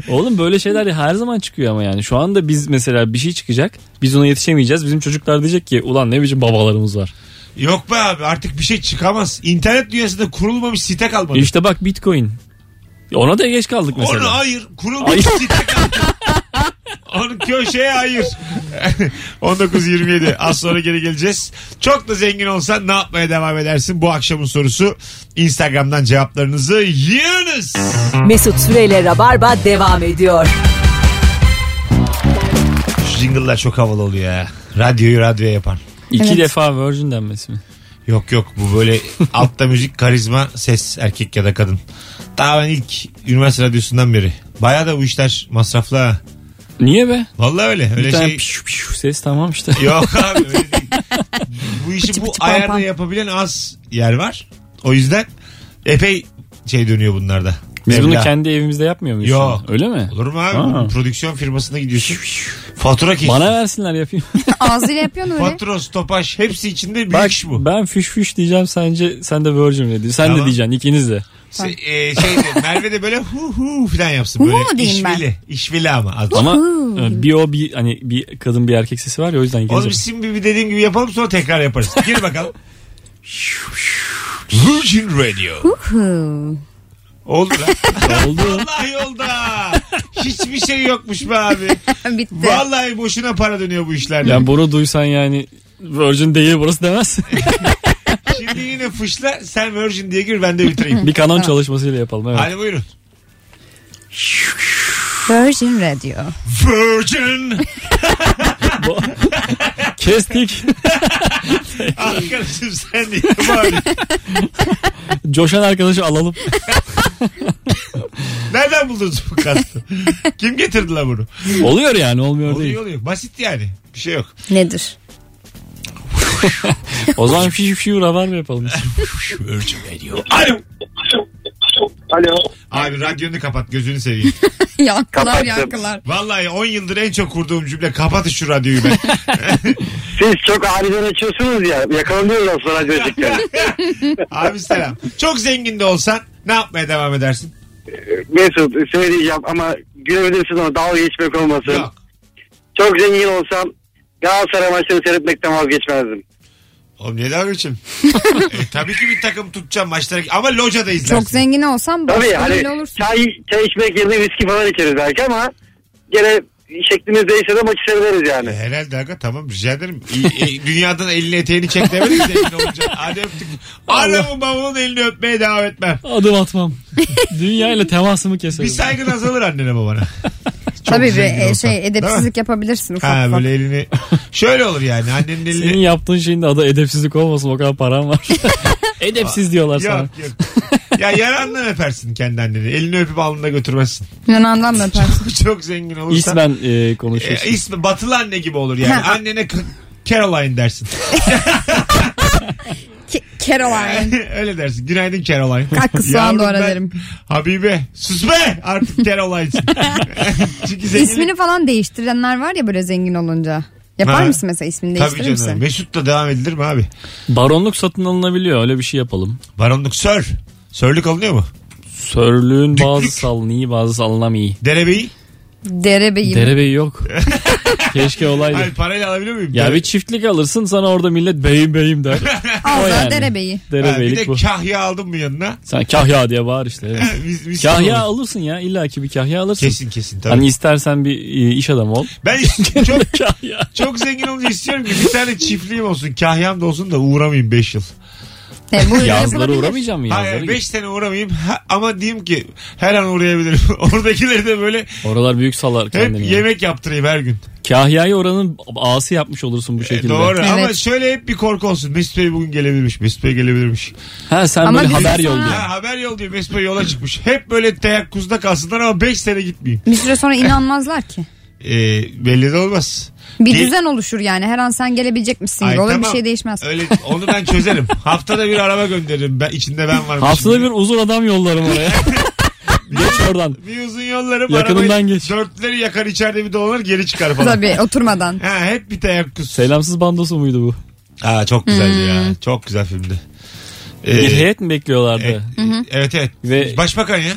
S4: Oğlum böyle şeyler her zaman çıkıyor ama yani. Şu anda biz mesela bir şey çıkacak. Biz ona yetişemeyeceğiz. Bizim çocuklar diyecek ki ulan ne biçim babalarımız var.
S2: Yok be abi artık bir şey çıkamaz. İnternet dünyasında kurulmamış site kalmadı.
S4: İşte bak bitcoin. Ona da geç kaldık mesela.
S2: Onu hayır kurulmuş
S4: Hayır.
S2: site kalmadı. Onu köşeye hayır. 19.27 az sonra geri geleceğiz. Çok da zengin olsan ne yapmaya devam edersin? Bu akşamın sorusu Instagram'dan cevaplarınızı yığınız.
S1: Mesut Süreyle Rabarba devam ediyor.
S2: Şu jingle'lar çok havalı oluyor ya. Radyoyu radyoya yapan.
S4: İki
S3: Evet.
S4: defa Virgin denmesi mi?
S2: Yok yok bu böyle altta müzik karizma ses erkek ya da kadın. Daha ben ilk üniversite radyosundan beri. Bayağı da bu işler masraflı ha.
S4: Niye be?
S2: Vallahi öyle.
S4: Bir
S2: Öyle
S4: tane
S2: şey
S4: pişu pişu ses tamam işte.
S2: Yok abi öyle değil. Bu işi
S3: Pıçı
S2: bu
S3: pıçı pam
S2: ayarda
S3: pam.
S2: yapabilen az yer var. O yüzden epey şey dönüyor bunlarda.
S4: Biz bunu
S2: Meblağ.
S4: kendi evimizde yapmıyor muyuz?
S2: Yok.
S4: şu an? Öyle mi?
S2: Olur mu abi?
S4: Ha.
S2: Prodüksiyon firmasına gidiyorsun. Fatura kesin.
S4: Bana versinler yapayım.
S3: Ağzıyla yapıyorsun öyle.
S2: Fatura, stopaj hepsi içinde büyük iş bu.
S4: ben fiş fiş diyeceğim sence sen de Virgin mi diyorsun? Sen
S2: Tamam.
S4: de diyeceksin ikiniz de.
S2: Se- e, şey de, Merve de böyle hu hu falan yapsın.
S3: Hu
S2: Böyle
S3: mu diyeyim ben?
S2: işvili. İşvili ama. Az
S4: Ama
S3: Uhu.
S4: e, bir o bir hani bir kadın bir erkek sesi var ya o yüzden ikiniz
S2: Oğlum
S4: de.
S2: sizin bir dediğim gibi yapalım sonra tekrar yaparız. Gir bakalım. Virgin Radio.
S3: Hı.
S2: Oldu lan.
S4: Oldu.
S2: Vallahi yolda. Hiçbir şey yokmuş be abi.
S3: Bitti.
S2: Vallahi boşuna para dönüyor bu işlerde.
S4: Yani bunu duysan yani Virgin değil burası demezsin.
S2: Şimdi yine fışla sen Virgin diye gir ben de bitireyim. Hani
S4: bir kanon çalışmasıyla yapalım evet.
S2: Hadi buyurun.
S3: Virgin Radio.
S2: Virgin.
S4: Bu- Kestik.
S2: Arkadaşım sen niye bağırıyorsun?
S4: Coşan arkadaşı alalım.
S2: Nereden buldunuz bu kastı? Kim getirdi lan bunu?
S4: Oluyor yani olmuyor değil.
S2: Oluyor oluyor. Basit yani. Bir şey yok.
S3: Nedir?
S4: O zaman fiş fiş rabar mı yapalım?
S2: Virgin Radio. Alo.
S6: Alo.
S2: Abi radyonu kapat gözünü seveyim.
S3: yankılar
S7: Kapattım.
S3: yankılar.
S2: Vallahi 10 yıldır en çok kurduğum cümle kapatın şu radyoyu ben.
S7: Siz çok aniden açıyorsunuz ya. Yakalanıyoruz aslında radyocukken.
S2: Abi selam. Çok zengin de olsan ne yapmaya devam edersin?
S7: Mesut söyleyeceğim ama gülebilirsiniz ama dalga geçmek olmasın.
S2: Yok.
S7: Çok zengin olsam Galatasaray maçlarını seyretmekten vazgeçmezdim.
S2: Oğlum ne dalga geçeyim? e, tabii ki bir takım tutacağım maçlara. Ama locada izlersin.
S3: Çok zengin olsam
S7: Tabii
S3: başka
S7: hani
S3: biriyle olursun.
S7: çay, çay içmek yerine viski falan içeriz belki ama gene şeklimiz değişse de maçı seyrederiz yani.
S2: Helal dalga E, tamam rica ederim. İyi, e, dünyadan elini eteğini çek demedim zengin olunca. Hadi öptük. Anamın babamın elini öpmeye devam etmem.
S4: Adım atmam. Dünya ile temasımı
S2: Bir
S4: keserim.
S2: saygın azalır annene babana. Çok
S3: Tabii bir
S2: zengin
S3: e,
S2: olsan.
S3: şey
S2: Değil mi?
S3: edepsizlik yapabilirsin ufak
S2: Ha
S3: ufak.
S2: böyle elini. Şöyle olur yani annenin
S4: Senin
S2: elini.
S4: yaptığın şeyin de adı edepsizlik olmasın o kadar param var. Edepsiz diyorlar sana.
S2: Yok yok. Ya yarandan öpersin kendi anneni. Elini öpüp alnına götürmezsin.
S3: Yunan'dan da öpersin.
S2: Çok zengin olursan.
S4: İsmen e,
S2: E,
S4: konuşuyorsun.
S2: ismi batılı anne gibi olur yani.
S3: Ha.
S2: Annene K- Caroline dersin.
S3: Ke- Caroline.
S2: Öyle dersin. Günaydın Caroline.
S3: Kalk kız soğan
S2: Yavrum
S3: doğra
S2: ben
S3: derim.
S2: Habibe sus be artık Caroline'sin. Çünkü zenginlik-
S3: İsmini falan değiştirenler var ya böyle zengin olunca. Yapar
S2: Ha.
S3: mısın mesela ismini
S2: Tabii
S3: değiştirir
S2: canım.
S3: misin?
S2: Mesut'la devam edilir mi abi?
S4: Baronluk satın alınabiliyor öyle bir şey yapalım.
S2: Baronluk sör. Sörlük alınıyor mu?
S4: Sörlüğün
S2: Düklük.
S4: bazı salın iyi bazı salınan iyi.
S2: Derebeyi?
S3: Derebeyim.
S4: Derebeyi yok. Keşke olaydı.
S2: Hayır parayla alabiliyor muyum?
S4: ya
S2: Dere-
S4: bir çiftlik alırsın sana orada millet beyim beyim der.
S3: Al
S4: O
S3: sana
S4: yani.
S3: derebeyi.
S2: Ha, bir de
S4: Derebeylik bu.
S2: kahya aldın mı yanına?
S4: Sen kahya diye bağır işte. evet.
S2: Mis- mis olur.
S4: kahya alırsın ya illaki bir kahya alırsın.
S2: Kesin kesin tabii.
S4: Hani istersen bir e, iş adamı ol.
S2: Ben is- çok
S4: kahya.
S2: çok zengin olunca istiyorum ki bir tane çiftliğim olsun. Kahyam da olsun da uğramayayım 5 yıl.
S3: He, bu
S4: Yazları
S3: yapılabilir.
S4: uğramayacağım mı? Yazları
S2: Hayır 5 sene uğramayayım Ha- ama diyeyim ki her an uğrayabilirim. Oradakileri de böyle
S4: Oralar büyük salar
S2: hep
S4: kendini.
S2: yemek yaptırayım her gün.
S4: Kahya'yı oranın ağası yapmış olursun bu
S2: E,
S4: şekilde.
S2: doğru ama
S3: Evet.
S2: şöyle hep bir korku olsun. Mesut Bey bugün gelebilirmiş. Mesut Bey gelebilirmiş.
S4: Ha sen
S3: Ama
S4: böyle
S3: bizim
S4: haber
S3: sana-
S4: yolluyor.
S2: Ha, haber yol diyor Mesut Bey yola çıkmış. Hep böyle teyakkuzda kalsınlar ama 5 sene gitmeyeyim.
S3: Bir süre sonra inanmazlar ki.
S2: E, belli de olmaz.
S3: Bir
S2: Değil-
S3: düzen oluşur yani. Her an sen gelebilecek misin
S2: Ay,
S3: gibi. Olur bir
S2: tamam.
S3: şey değişmez.
S2: Öyle, onu ben çözerim. Haftada bir araba gönderirim. Ben, içinde ben varmışım.
S4: Haftada bir uzun adam yollarım oraya. Geç oradan.
S2: Bir uzun yollarım
S4: Yakınından
S2: arabayı
S4: geç.
S2: Dörtleri yakar içeride bir dolanır geri çıkar falan.
S3: Tabii oturmadan.
S2: Ha, hep bir teyakkuz.
S4: Selamsız bandosu muydu bu?
S2: Aa, çok güzeldi
S3: Hmm.
S2: ya. Çok güzel filmdi. Ee,
S4: bir heyet mi bekliyorlardı?
S2: e- evet evet.
S4: Ve-
S2: başbakan ya. Direkt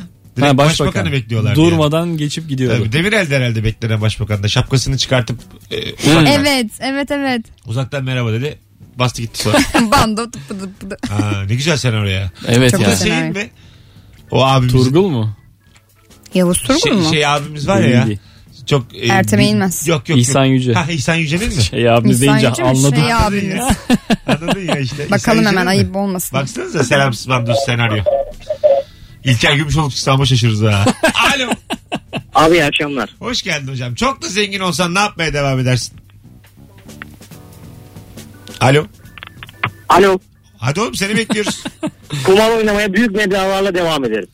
S4: Ha, başbakan.
S2: başbakanı bekliyorlar.
S4: Durmadan geçip gidiyordu.
S2: Tabii, Demirel de herhalde beklenen başbakan da şapkasını çıkartıp e, uzaktan,
S3: Evet, evet, evet.
S2: uzaktan merhaba dedi. Bastı gitti sonra.
S3: Bando tıpı tıpı tıpı.
S2: Aa, ne güzel sen oraya.
S4: Evet
S3: Çok
S4: ya.
S3: güzel.
S2: Şeyin
S3: Senaryo.
S2: mi? O abimiz.
S4: Turgul mu?
S3: Yavuz Turgul
S2: şey,
S3: mu?
S2: şey abimiz var ya.
S4: Değil.
S2: Çok e,
S3: Ertem
S2: bir-
S3: İlmez.
S2: Yok yok.
S4: İhsan
S2: yok.
S4: Yüce.
S2: Ha İhsan Yüce'nin mi?
S4: Şey abimiz
S3: İhsan
S4: deyince
S3: Yüce mi?
S4: anladım.
S3: Şey
S2: Anladın
S3: abimiz.
S2: ya. Anladın ya işte. İhsan
S3: Bakalım
S2: Yüce'nin
S3: hemen
S2: şey mi?
S3: ayıp olmasın.
S2: Baksanıza selamsız bandos senaryo. İlker Gümüşoluk çıksa ama şaşırırız ha. Alo.
S7: Abi iyi akşamlar.
S2: Hoş geldin hocam. Çok da zengin olsan ne yapmaya devam edersin? Alo.
S7: Alo.
S2: Hadi oğlum seni bekliyoruz.
S7: Kumar oynamaya büyük meblağlarla devam ederim.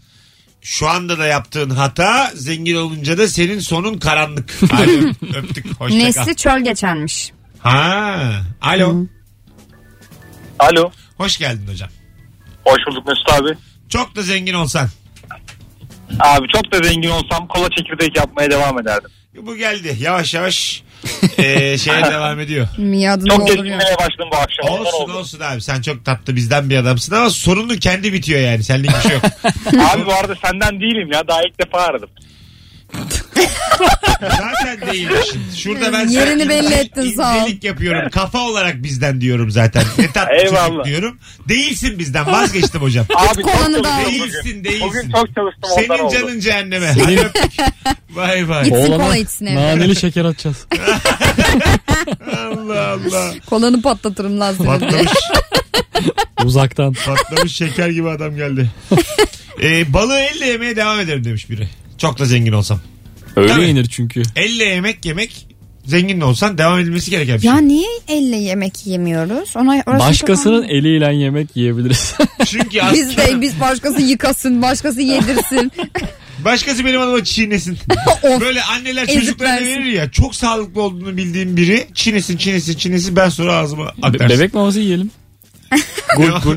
S2: Şu anda da yaptığın hata zengin olunca da senin sonun karanlık. Hadi öp- öptük. Hoşça kal.
S3: Nesli çöl geçermiş.
S2: Ha. Alo.
S6: Alo.
S2: Hoş geldin hocam.
S6: Hoş bulduk Mesut abi.
S2: Çok da zengin olsan.
S6: Abi çok da zengin olsam kola çekirdek yapmaya devam ederdim.
S2: Bu geldi. Yavaş yavaş Ee, şeye devam ediyor.
S3: Miadını
S6: Çok
S3: dolduruyor.
S6: geçinmeye başladım bu akşam. Ondan
S2: Olsun
S6: oldu.
S2: olsun abi. Sen çok tatlı bizden bir adamsın ama sorunun kendi bitiyor yani. Senlik bir şey yok.
S6: Abi bu arada senden değilim ya. Daha ilk defa aradım.
S2: Zaten değilmişsin. Şurada ben sana
S3: Yerini belli
S2: incelik-
S3: ettin, sağ ol.
S2: incelik yapıyorum. Kafa olarak bizden diyorum zaten. Ne tatlı
S6: Eyvallah.
S2: çocuk diyorum. Değilsin bizden. Vazgeçtim hocam.
S6: Abi çok
S3: Kolanı da
S6: çalıştım
S3: al.
S2: Değilsin,
S6: bugün.
S2: değilsin.
S6: Bugün çok çalıştım ondan
S2: Senin
S6: oldu.
S2: canın cehenneme. Hadi öptük. Vay vay.
S3: Gitsin
S4: Oğlana
S3: kola içsin evde.
S4: naneli şeker atacağız.
S2: Allah Allah.
S3: Kolanı patlatırım Lazlı'nın diye.
S2: Patlamış,
S4: Uzaktan.
S2: patlamış şeker gibi adam geldi. Ee, balığı elle yemeye devam ederim demiş biri. Çok da zengin olsam.
S4: Öyle
S2: Tabii.
S4: yenir çünkü.
S2: Elle yemek yemek zengin de olsan devam edilmesi gereken bir şey.
S3: Ya niye elle yemek yemiyoruz? Ona orası
S4: Başkasının
S3: çok-
S4: eliyle yemek yiyebiliriz.
S2: Çünkü
S3: biz de
S2: aslında-
S3: biz başkası yıkasın, başkası yedirsin.
S2: başkası benim adıma çiğnesin.
S3: Of.
S2: Böyle anneler çocuklarına
S3: Eziklersin.
S2: verir ya çok sağlıklı olduğunu bildiğim biri çiğnesin çiğnesin çiğnesin ben sonra ağzıma
S4: Be-
S2: aktarsın.
S4: bebek maması yiyelim.
S2: Gul, gul.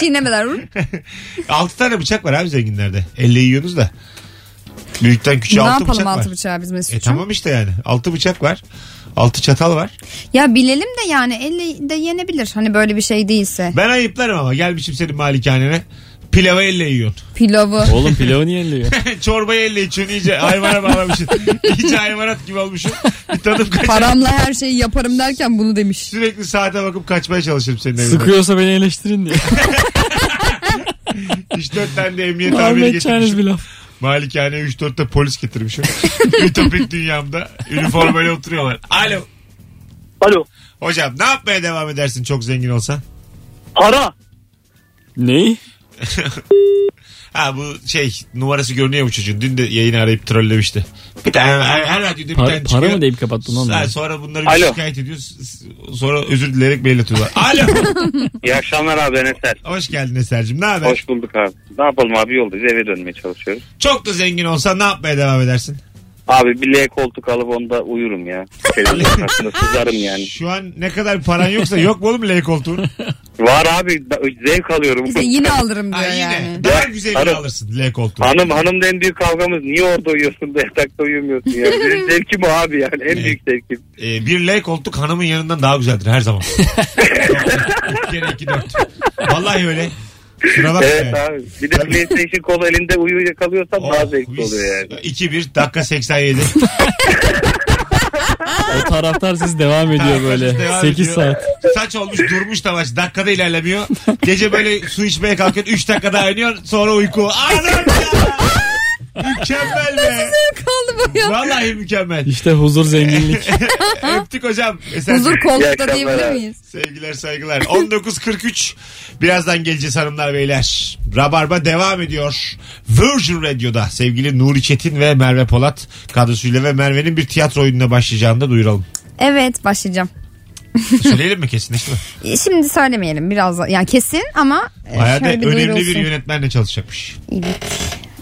S3: Çiğnemeler olur.
S2: 6 tane bıçak var abi zenginlerde. Elle yiyorsunuz da. Büyükten
S3: Ne
S2: küçüğe 6
S3: yapalım
S2: Şey, bıçak
S3: altı
S2: var.
S3: bıçağı biz
S2: E
S3: Mesut'cum?
S2: tamam işte yani. 6 bıçak var. 6 çatal var.
S3: Ya bilelim de yani elle de yenebilir. Hani böyle bir şey değilse.
S2: Ben ayıplarım ama gelmişim senin malikanene. Pilavı elle yiyorsun.
S3: Pilavı.
S4: Oğlum pilavı niye elle yiyor?
S2: Çorbayı elle içiyorsun. İyice hayvana bağlamışsın. İyice hayvanat gibi olmuşsun. Bir tadım kaçar.
S3: Paramla her şeyi yaparım derken bunu demiş.
S2: Sürekli saate bakıp kaçmaya çalışırım senin evinden.
S4: Sıkıyorsa beni eleştirin diye.
S2: 3-4 tane de emniyet amiri
S4: Ahmet Çaniz
S2: getirmişim.
S4: bir laf.
S2: Malikaneye 3-4 de polis getirmişim. Ütopik dünyamda. Üniformayla oturuyorlar. Alo.
S9: Alo.
S2: Hocam ne yapmaya devam edersin çok zengin olsan?
S9: Para.
S4: Neyi?
S2: Ha bu şey numarası görünüyor bu çocuğun. Dün de yayını arayıp trollemişti. Bir tane her, her radyoda bir
S4: Par-
S2: tane
S4: para
S2: çıkıyor.
S4: mı deyip kapattın onu?
S2: Ha, sonra bunları bir
S9: Alo.
S2: şikayet ediyoruz. Sonra özür dileyerek mail atıyorlar. Alo.
S9: İyi akşamlar abi ben Eser.
S2: Hoş geldin Eser'cim. Ne haber?
S9: Hoş bulduk abi. Ne yapalım abi yoldayız eve dönmeye çalışıyoruz.
S2: Çok da zengin olsan ne yapmaya devam edersin?
S9: Abi bir L koltuk alıp onda uyurum ya. Televizyonun arkasında sızarım yani.
S2: Şu an ne kadar paran yoksa yok mu oğlum L koltuğun?
S9: Var abi da- zevk alıyorum.
S3: İşte yine alırım
S2: Ha,
S3: diyor
S2: yine.
S3: yani.
S2: Daha
S9: Ya,
S2: güzelini
S9: hanım-
S2: alırsın L koltuğu.
S9: Hanım hanımla en büyük kavgamız niye orada uyuyorsun da yatakta uyumuyorsun ya. Benim zevkim o abi yani en büyük zevkim.
S2: Ee, bir L koltuk hanımın yanından daha güzeldir her zaman. İki kere iki dört. Vallahi öyle. Şuna bak
S9: Evet
S2: ya.
S9: abi. Bir de PlayStation kol elinde uyuyakalıyorsam
S2: Oh,
S9: daha zevkli oluyor yani.
S2: 2-1 dakika 87.
S4: O taraftar siz devam ediyor böyle.
S2: Devam
S4: 8
S2: ediyor.
S4: saat.
S2: Saç olmuş durmuş da maç. Dakikada ilerlemiyor. Gece böyle su içmeye kalkıyorsun. 3 dakika daha oynuyorsun. Sonra uyku. Anam ya. Mükemmel be.
S3: Kaldı bu ya.
S2: Vallahi mükemmel.
S4: İşte huzur zenginlik.
S2: Öptük hocam. Eser
S3: Huzur
S9: İyi
S3: koltukta
S9: akşamlar
S3: diyebilir
S9: abi.
S3: miyiz?
S2: Sevgiler saygılar. 19.43 birazdan geleceğiz hanımlar beyler. Rabarba devam ediyor. Virgin Radio'da sevgili Nuri Çetin ve Merve Polat kadrosuyla ve Merve'nin bir tiyatro oyununa başlayacağını da duyuralım.
S3: Evet başlayacağım.
S2: Söyleyelim mi kesinlikle?
S3: E, Şimdi söylemeyelim biraz. da- Yani kesin ama e,
S2: Bayağı da
S3: şöyle bir
S2: önemli
S3: duyurulsun.
S2: bir yönetmenle çalışacakmış.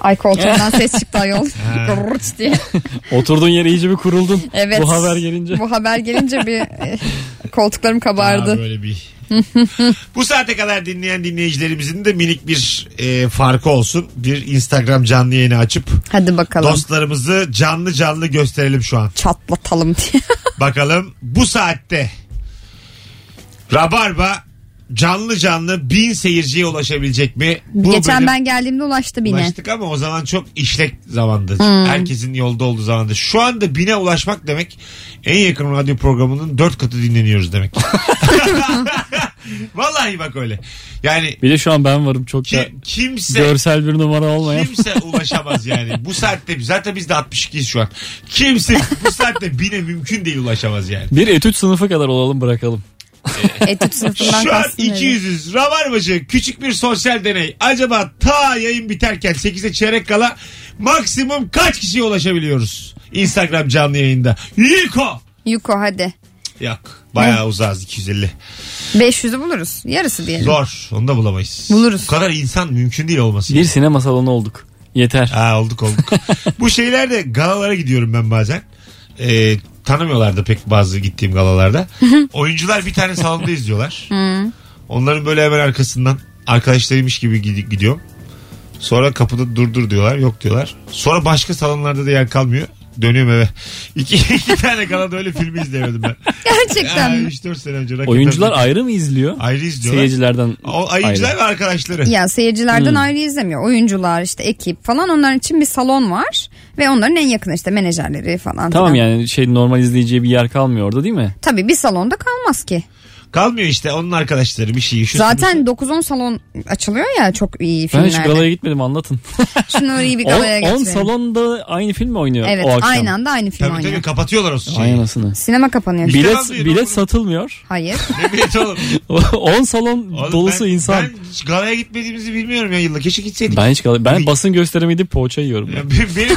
S3: Ay koltuğundan ses çıktı ayol. Gırrıç diye.
S4: Oturduğun yere iyice bir kuruldun.
S3: Evet.
S4: Bu haber gelince.
S3: Bu haber gelince bir e, koltuklarım
S2: Aa,
S3: kabardı.
S2: böyle bir. Bu saate kadar dinleyen dinleyicilerimizin de minik bir e, farkı olsun. Bir Instagram canlı yayını açıp
S3: Hadi bakalım.
S2: dostlarımızı canlı canlı gösterelim şu an.
S3: Çatlatalım diye.
S2: Bakalım bu saatte Rabarba canlı canlı bin seyirciye ulaşabilecek mi? Bu
S3: Geçen
S2: bölüm
S3: ben geldiğimde ulaştı bine. Hmm.
S2: ulaştık ama o zaman çok işlek zamandı. Herkesin yolda olduğu zamandı. Şu anda bine ulaşmak demek en yakın radyo programının dört katı dinleniyoruz demek. Vallahi bak öyle. Yani
S4: Bir de şu an ben varım çok da
S2: ki- kimse
S4: görsel bir numara olmayan.
S2: Kimse ulaşamaz yani. Bu saatte zaten biz de 62'yiz şu an. Kimse bu saatte bine mümkün değil ulaşamaz yani.
S4: Bir etüt sınıfı kadar olalım bırakalım.
S3: Etüt sınıfından
S2: Şu an
S3: kastım öyle.
S2: 200'üz. Rabarbacı küçük bir sosyal deney. Acaba ta yayın biterken 8'e çeyrek kala maksimum kaç kişiye ulaşabiliyoruz? Instagram canlı yayında. Yiko!
S3: Yuko hadi.
S2: Yok. Bayağı uzağız 250.
S3: 500'ü buluruz. Yarısı diyelim.
S2: Zor. Onu da bulamayız.
S3: Buluruz.
S2: Bu kadar insan mümkün değil olması.
S4: Bir sinema salonu olduk. Yeter.
S2: Ha olduk olduk. Bu şeylerde galalara gidiyorum ben bazen. Ee, tanımıyorlardı pek bazı gittiğim galalarda. Oyuncular bir tane salonda izliyorlar. Onların böyle hemen arkasından arkadaşlarıymış gibi gidip gidiyorum. Sonra kapıda durdur diyorlar. Yok diyorlar. Sonra başka salonlarda da yer kalmıyor. Dönüyorum eve. İki, iki tane galada öyle filmi izleyemedim ben.
S3: Gerçekten mi?
S2: 3-4 sene önce. hakikaten
S4: Oyuncular ayrı mı izliyor?
S2: ayrı izliyorlar.
S4: Seyircilerden
S2: O, oyuncular
S4: ayrı.
S2: ve arkadaşları.
S3: Ya seyircilerden
S4: Hmm.
S3: ayrı izlemiyor. Oyuncular işte ekip falan onların için bir salon var. Ve onların en yakın işte menajerleri falan.
S4: Tamam
S3: filan.
S4: yani şey normal izleyiciye bir yer kalmıyor orada değil mi?
S3: Tabii bir salonda kalmaz ki.
S2: Kalmıyor işte onun arkadaşları bir şey. Şu
S3: Zaten 9-10 salon açılıyor ya çok iyi
S4: Ben hiç
S3: filmlerde.
S4: galaya gitmedim anlatın.
S3: Şunu iyi bir
S4: 10
S3: galaya getirelim.
S4: salonda aynı film mi oynuyor
S3: Evet
S4: o akşam?
S3: aynı anda aynı film
S2: Tabii
S3: oynuyor.
S2: tabii kapatıyorlar o şeyi.
S4: Ay anasını.
S3: Sinema kapanıyor.
S2: Bir-
S4: Bilet,
S2: ben duydum bunu.
S4: bilet satılmıyor.
S3: Hayır.
S2: Ne bilet oğlum.
S4: 10 salon
S2: Oğlum
S4: dolusu
S2: ben-
S4: insan.
S2: Ben hiç galaya gitmediğimizi bilmiyorum ya yıllık. Keşke gitseydik.
S4: Ben hiç kalay- Ben basın gösterimi deyip poğaça yiyorum.
S2: Ya be- benim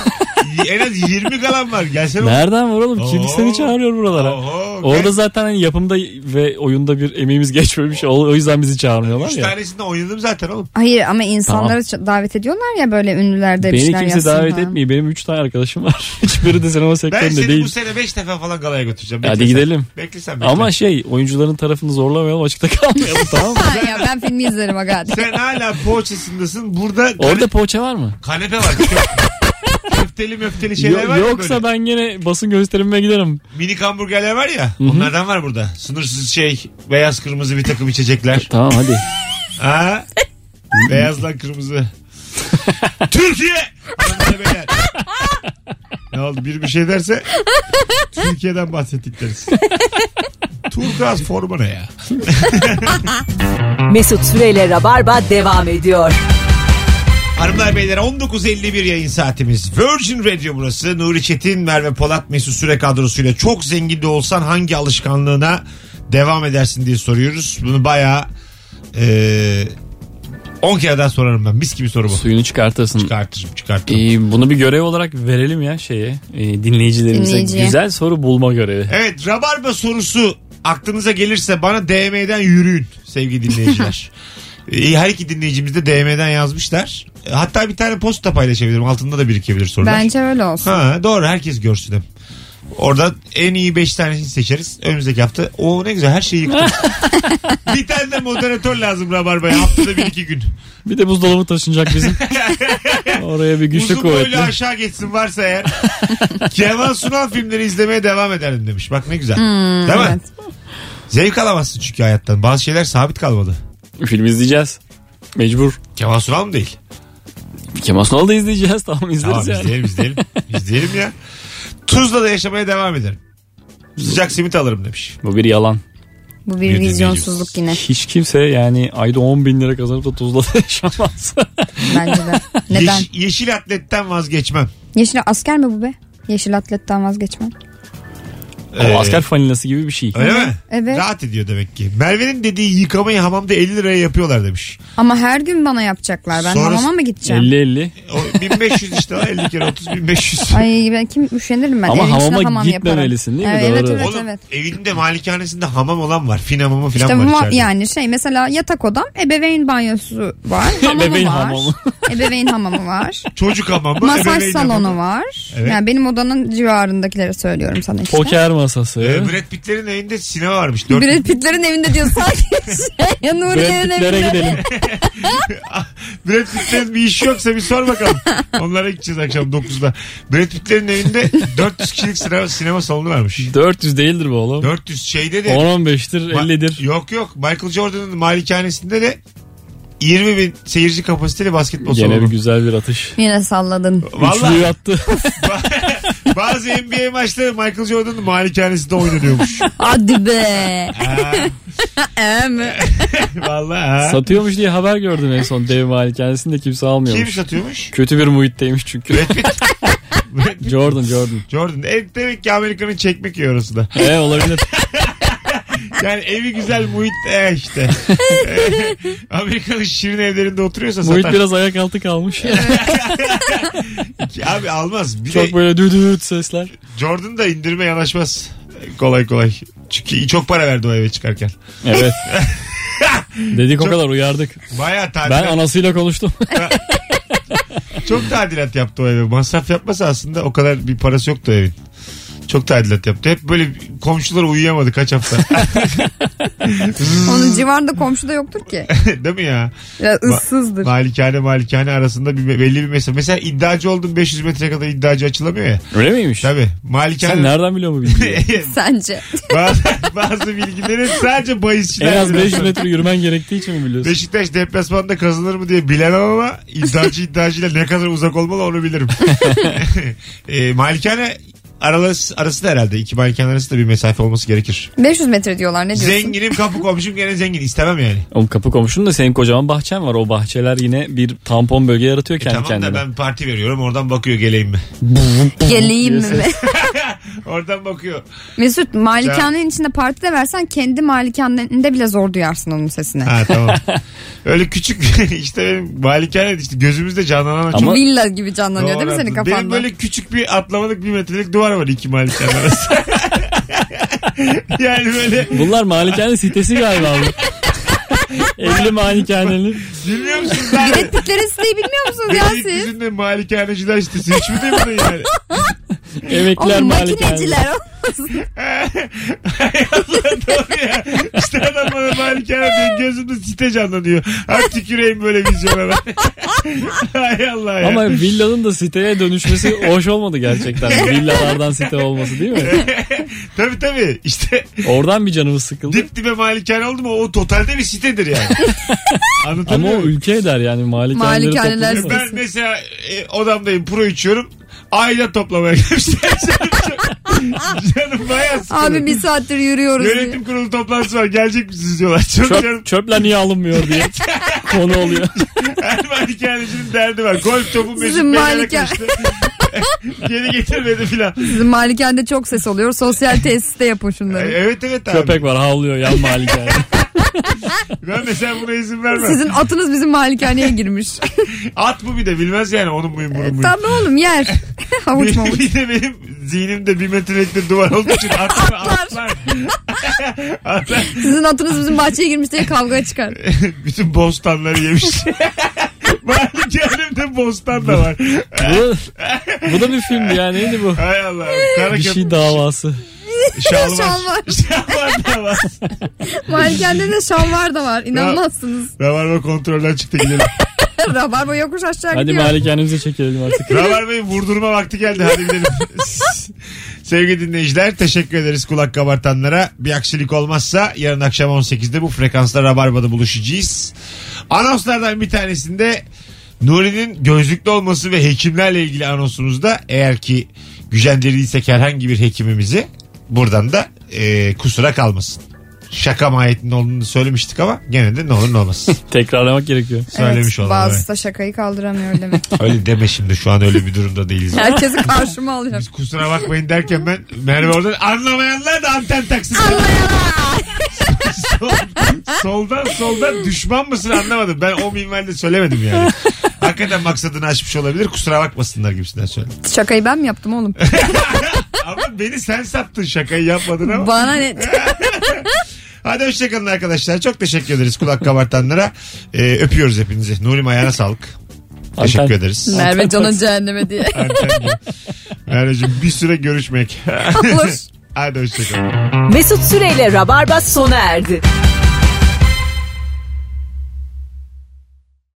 S2: en az 20 galan var. Gelsene.
S4: Nereden var oğlum?
S2: Oo.
S4: Kim seni çağırıyor buralara?
S2: Oho.
S4: Orada
S2: Ben-
S4: zaten hani yapımda ve oyunda bir emeğimiz geçmemiş. O o yüzden bizi çağırmıyorlar
S2: Üç
S4: ya.
S2: tanesinde oynadım zaten oğlum.
S3: Hayır ama insanları ça- davet ediyorlar ya böyle ünlülerde bir
S4: Beni
S3: şeyler
S4: kimse
S3: yazsın
S4: davet
S3: falan.
S4: etmiyor. Benim 3 tane arkadaşım var. Hiçbiri de sinema
S2: Ben
S4: sektöründe
S2: seni bu
S4: değil.
S2: sene 5 defa falan galaya götüreceğim.
S4: Hadi
S2: Bekle sen.
S4: gidelim.
S2: Bekle sen bekle.
S4: Ama şey oyuncuların tarafını zorlamayalım açıkta kalmayalım tamam mı?
S3: Ha, ya ben filmi izlerim aga.
S2: Sen hala poğaçasındasın. Burada
S4: Orada poğaça var mı?
S2: kanepe var. köfteli möfteli şeyler
S4: Yo-
S2: var ya böyle.
S4: yoksa ben gene basın gösterimime giderim.
S2: Minik hamburgerler var ya. Onlardan var burada. Sınırsız şey. Beyaz kırmızı bir takım içecekler.
S4: Tamam hadi.
S2: Ha? Beyazdan kırmızı. Türkiye! Hanımlar, beyler. ne oldu? Bir bir şey derse Türkiye'den bahsettik deriz. Turkuaz forma ne ya?
S1: Mesut Süreyle Rabarba devam ediyor.
S2: Hanımlar beyler 19.51 yayın saatimiz. Virgin Radio burası. Nuri Çetin, Merve Polat, Mesut Süre kadrosuyla çok zengin de olsan hangi alışkanlığına devam edersin diye soruyoruz. Bunu bayağı eee 10 kere daha sorarım ben. Mis gibi soru bu.
S4: Suyunu çıkartırsın.
S2: Çıkartırım çıkartırım.
S4: Ee, bunu bir görev olarak verelim ya şeye e, dinleyicilerimize.
S3: Dinleyiciye.
S4: Güzel soru bulma görevi.
S2: Evet Rabarba sorusu aklınıza gelirse bana DM'den yürüyün sevgili dinleyiciler. Ee, Her iki dinleyicimiz de DM'den yazmışlar. Ee, Hatta bir tane posta paylaşabilirim. Altında da birikebilir sorular.
S3: Bence öyle olsun.
S2: Ha, doğru herkes görsün hem. Orada en iyi 5 tanesini seçeriz. Önümüzdeki hafta. O ne güzel her şeyi yıktık. bir tane de moderatör lazım Rabarba'ya. Haftada bir iki gün.
S4: Bir de buzdolabı taşınacak bizim. Oraya bir güçlü
S2: Uzun boylu
S4: kuvvetli.
S2: aşağı geçsin varsa eğer. Kemal Sunal filmleri izlemeye devam ederdim demiş. Bak ne güzel. Değil mi?
S3: Hmm, evet.
S2: Zevk alamazsın çünkü hayattan. Bazı şeyler sabit kalmadı.
S4: Film izleyeceğiz. Mecbur.
S2: Kemal Sunal mı değil?
S4: Kemal Sunal'ı da izleyeceğiz. Tamam izleriz
S2: Tamam
S4: yani.
S2: izleyelim izleyelim. izleyelim ya. Tuzla'da yaşamaya devam ederim. Sıcak simit alırım demiş.
S4: Bu bir yalan.
S3: Bu
S2: Bir
S3: bir vizyonsuzluk yine
S4: Hiç kimse yani ayda 10 bin lira kazanıp da Tuzla'da yaşamaz.
S3: bence de. Neden?
S2: Yeş- yeşil atletten vazgeçmem.
S3: Yeşil asker mi bu be? Yeşil atletten vazgeçmem.
S2: Ee,
S4: o asker faninası gibi bir şey.
S2: Öyle mi?
S3: Evet.
S2: Rahat ediyor demek ki. Merve'nin dediği yıkamayı hamamda 50 liraya yapıyorlar demiş.
S3: Ama her gün bana yapacaklar. Ben
S2: Sonra-
S3: hamama mı gideceğim?
S4: 50-50.
S2: O 1500 işte lan, 50 kere 30 1500.
S3: Ay ben kim üşenirim ben.
S4: Ama
S3: Evin içine
S4: hamama
S3: hamam
S4: gitmemelisin değil mi?
S3: Evet, evet
S4: Doğru.
S3: evet.
S2: Oğlum
S3: evet.
S2: evinde malikanesinde hamam olan var. Fin hamamı falan
S3: İşte
S2: var
S3: ma-
S2: içeride.
S3: yani şey mesela yatak odam ebeveyn banyosu var. Hamamı
S4: Ebeveyn
S3: var.
S4: hamamı.
S3: ebeveyn hamamı var.
S2: Çocuk hamamı.
S3: Masaj
S2: ebeveyn hamamı.
S3: salonu var.
S2: Evet.
S3: Yani benim odanın civarındakilere söylüyorum sana işte.
S4: Poker masası.
S2: Ee, Brad Pitt'lerin evinde sinema varmış. 4
S3: Brad Pitt'lerin evinde diyor sanki şey, ya Nuriye'nin
S4: Brad Pitt'lere
S3: evinde.
S4: gidelim.
S2: Brad Pitt'lerin bir işi yoksa bir sor bakalım. Onlara gideceğiz akşam 9'da. Brad Pitt'lerin evinde 400 kişilik sinema, sinema salonu varmış.
S4: 400 değildir bu oğlum.
S2: 400 şeyde de
S4: 10-15'tir,
S2: Ma-
S4: 50'dir.
S2: Yok yok. Michael Jordan'ın malikanesinde de 20 bin seyirci kapasiteli basketbol
S4: Gene bir
S2: salonu.
S4: güzel bir atış.
S3: Yine salladın.
S4: Üçlüyü
S2: Valla
S4: attı.
S2: bazı NBA maçları Michael Jordan'ın malikanesinde oynanıyormuş.
S3: Hadi be. Ee, Em.
S2: Valla ha.
S4: Satıyormuş diye haber gördüm en son dev malikanesini de kimse almıyormuş.
S2: Kim satıyormuş?
S4: Kötü bir muhitteymiş çünkü.
S2: Brad Pitt. Brad Pitt.
S4: Jordan Jordan.
S2: Jordan. E, demek ki Amerika'nın çekmek yiyor orası da.
S4: E olabilir.
S2: Yani evi güzel muhit e işte. E, Amerika'nın şirin evlerinde oturuyorsa
S4: Muhit
S2: satar.
S4: biraz ayak altı kalmış.
S2: Abi almaz. Bir de
S4: Çok böyle düdüt sesler.
S2: Jordan da indirme yanaşmaz. Kolay kolay. Çünkü çok para verdi o eve çıkarken.
S4: Evet. Dedik o kadar uyardık.
S2: Bayağı tadilat.
S4: Ben anasıyla konuştum.
S2: Çok tadilat yaptı o eve. Masraf yapmasa aslında o kadar bir parası yoktu evin. Çok tadilat yaptı. Hep böyle komşular uyuyamadı kaç hafta.
S3: Onun civarında komşu da yoktur ki.
S2: Değil mi ya?
S3: Biraz
S2: Ma-
S3: ıssızdır.
S2: Malikane malikane arasında bir belli bir mesafe. Mesela iddiacı oldun 500 metre kadar iddiacı açılamıyor ya.
S4: Öyle miymiş?
S2: Tabii. Malikane.
S4: Sen nereden biliyorsun bu bilgiyi?
S3: Sence.
S2: bazı, bazı bilgileri sadece bahisçiler.
S4: en az
S2: bilir.
S4: 500 metre yürümen gerektiği için mi biliyorsun?
S2: Beşiktaş deplasmanda kazanır mı diye bilemem ama iddiacı iddiacıyla ne kadar uzak olmalı onu bilirim. e, malikane arası, arası da herhalde. iki malikane arasında bir mesafe olması gerekir.
S3: 500 metre diyorlar ne diyorsun?
S2: Zenginim kapı komşum gene zengin. istemem yani. E,
S4: Oğlum kapı komşunun da senin kocaman bahçen var. O bahçeler yine bir tampon bölge yaratıyor
S2: E
S4: kendi
S2: tamam
S4: kendine.
S2: da ben parti veriyorum oradan bakıyor geleyim mi?
S3: Geleyim mi?
S2: O Oradan bakıyor.
S3: Mesut malikanenin içinde parti de versen kendi malikanende bile zor duyarsın onun sesini.
S2: Ha tamam. Öyle küçük işte benim malikane işte gözümüzde canlanan
S4: Ama-
S3: Villa gibi canlanıyor değil mi
S2: Doğru.
S3: senin kafanda?
S2: Benim böyle küçük bir atlamalık bir metrelik duvar var iki malikane arası. yani böyle
S4: Bunlar malikane sitesi galiba bu. 50 malikanenin.
S2: bilmiyor musunuz abi?
S3: Ettikleri siteyi bilmiyor musunuz ya siz?
S2: Bizim de malikaneciler sitesi. Hiç mi duymadın yani?
S4: Emekliler
S3: Oğlum
S4: malikanesi.
S3: makineciler.
S2: Doğru ya. İşte adam bana malikane diyor. Gözümde site canlanıyor. Artık tüküreyim böyle vizyona ben. Hay Allah ya.
S4: Ama villanın da siteye dönüşmesi hoş olmadı gerçekten. Villalardan site olması değil mi?
S2: Tabii tabii. İşte
S4: Oradan bir canımız sıkıldı.
S2: dip dibe malikane oldu mu o totalde bir sitedir yani.
S4: Ama
S2: Anlatabiliyor
S4: o
S2: muyum?
S4: ülke eder yani malikaneleri
S3: Malikaneler
S4: toplanıyor mu?
S3: sitesi.
S2: Ben mesela e, odamdayım pro içiyorum. Ayda toplamaya gelmişler. canım, çok- canım bayağı sıkıldı.
S3: Abi bir saattir yürüyoruz.
S2: Yönetim kurulu toplantısı var. Gelecek misiniz diyorlar. Çok canım.
S4: Çöp, çöpler niye alınmıyor diye konu oluyor.
S2: Her malikanesinin derdi var. Golf topu Mesut
S3: Sizin
S2: Beyler'e
S3: malika-
S2: kaçtı. Geri getirmedi filan.
S3: Sizin malikanede çok ses oluyor. Sosyal tesiste yapın
S2: E,
S3: şunları.
S2: Evet evet abi.
S4: Köpek var havlıyor yan malikane.
S2: Ben mesela buna izin vermem.
S3: Sizin atınız bizim malikaneye girmiş.
S2: At bu bir de bilmez yani onun muyum
S3: E,
S2: bunun muyum.
S3: Tabii oğlum yer. Havuç
S2: Bir,
S3: mavuç.
S2: bir de benim zihnimde bir metrelik bir duvar olduğu için atlar. atlar. atlar.
S3: Sizin atınız bizim bahçeye girmiş diye kavga çıkar.
S2: Bütün bostanları yemiş. Malikanemde bostan da var.
S4: bu, bu da bir filmdi ya neydi bu?
S2: Hay Allah. Kara
S4: Bir şey
S2: köp-
S4: davası.
S2: Şalvar.
S3: Şalvar.
S2: Şalvar da var.
S3: Malikanede de şalvar da var. İnanmazsınız.
S2: Rabarba kontrolden çıktı gidelim.
S3: Rabarba yokuş aşağı
S4: Hadi
S3: gidiyor.
S4: malikanemize çekelim artık.
S2: Rabarba'yı vurdurma vakti geldi. Hadi gidelim. Sevgili dinleyiciler teşekkür ederiz kulak kabartanlara. Bir aksilik olmazsa yarın akşam 18'de bu frekansla Rabarba'da buluşacağız. Anonslardan bir tanesinde Nuri'nin gözlüklü olması ve hekimlerle ilgili anonsumuzda eğer ki gücendiriysek herhangi bir hekimimizi buradan da e, kusura kalmasın. Şaka mahiyetinde olduğunu söylemiştik ama gene de ne olur ne olmasın.
S4: Tekrarlamak gerekiyor.
S2: Söylemiş
S3: evet,
S2: olalım.
S3: Bazısı da şakayı kaldıramıyor demek.
S2: evet. Öyle deme şimdi şu an öyle bir durumda değiliz.
S3: Herkesi karşıma alıyorum.
S2: Biz kusura bakmayın derken ben Merve oradan anlamayanlar da anten taksın. Sol- soldan soldan düşman mısın anlamadım. Ben o minvalde söylemedim yani. Hakikaten maksadını aşmış olabilir. Kusura bakmasınlar gibisinden söyledim.
S3: Şakayı ben mi yaptım oğlum?
S2: Ama beni sen sattın şakayı yapmadın ama.
S3: Bana ne?
S2: Hadi hoşçakalın arkadaşlar. Çok teşekkür ederiz kulak kabartanlara. Ee, öpüyoruz hepinizi. Nurim ayağına sağlık. Teşekkür
S4: Anten.
S2: ederiz.
S3: Merve canı cehenneme diye.
S2: Antencim. Merveciğim bir süre görüşmek.
S3: Olur.
S2: Hadi hoşçakalın.
S1: Mesut Süreyle Rabarba sona erdi.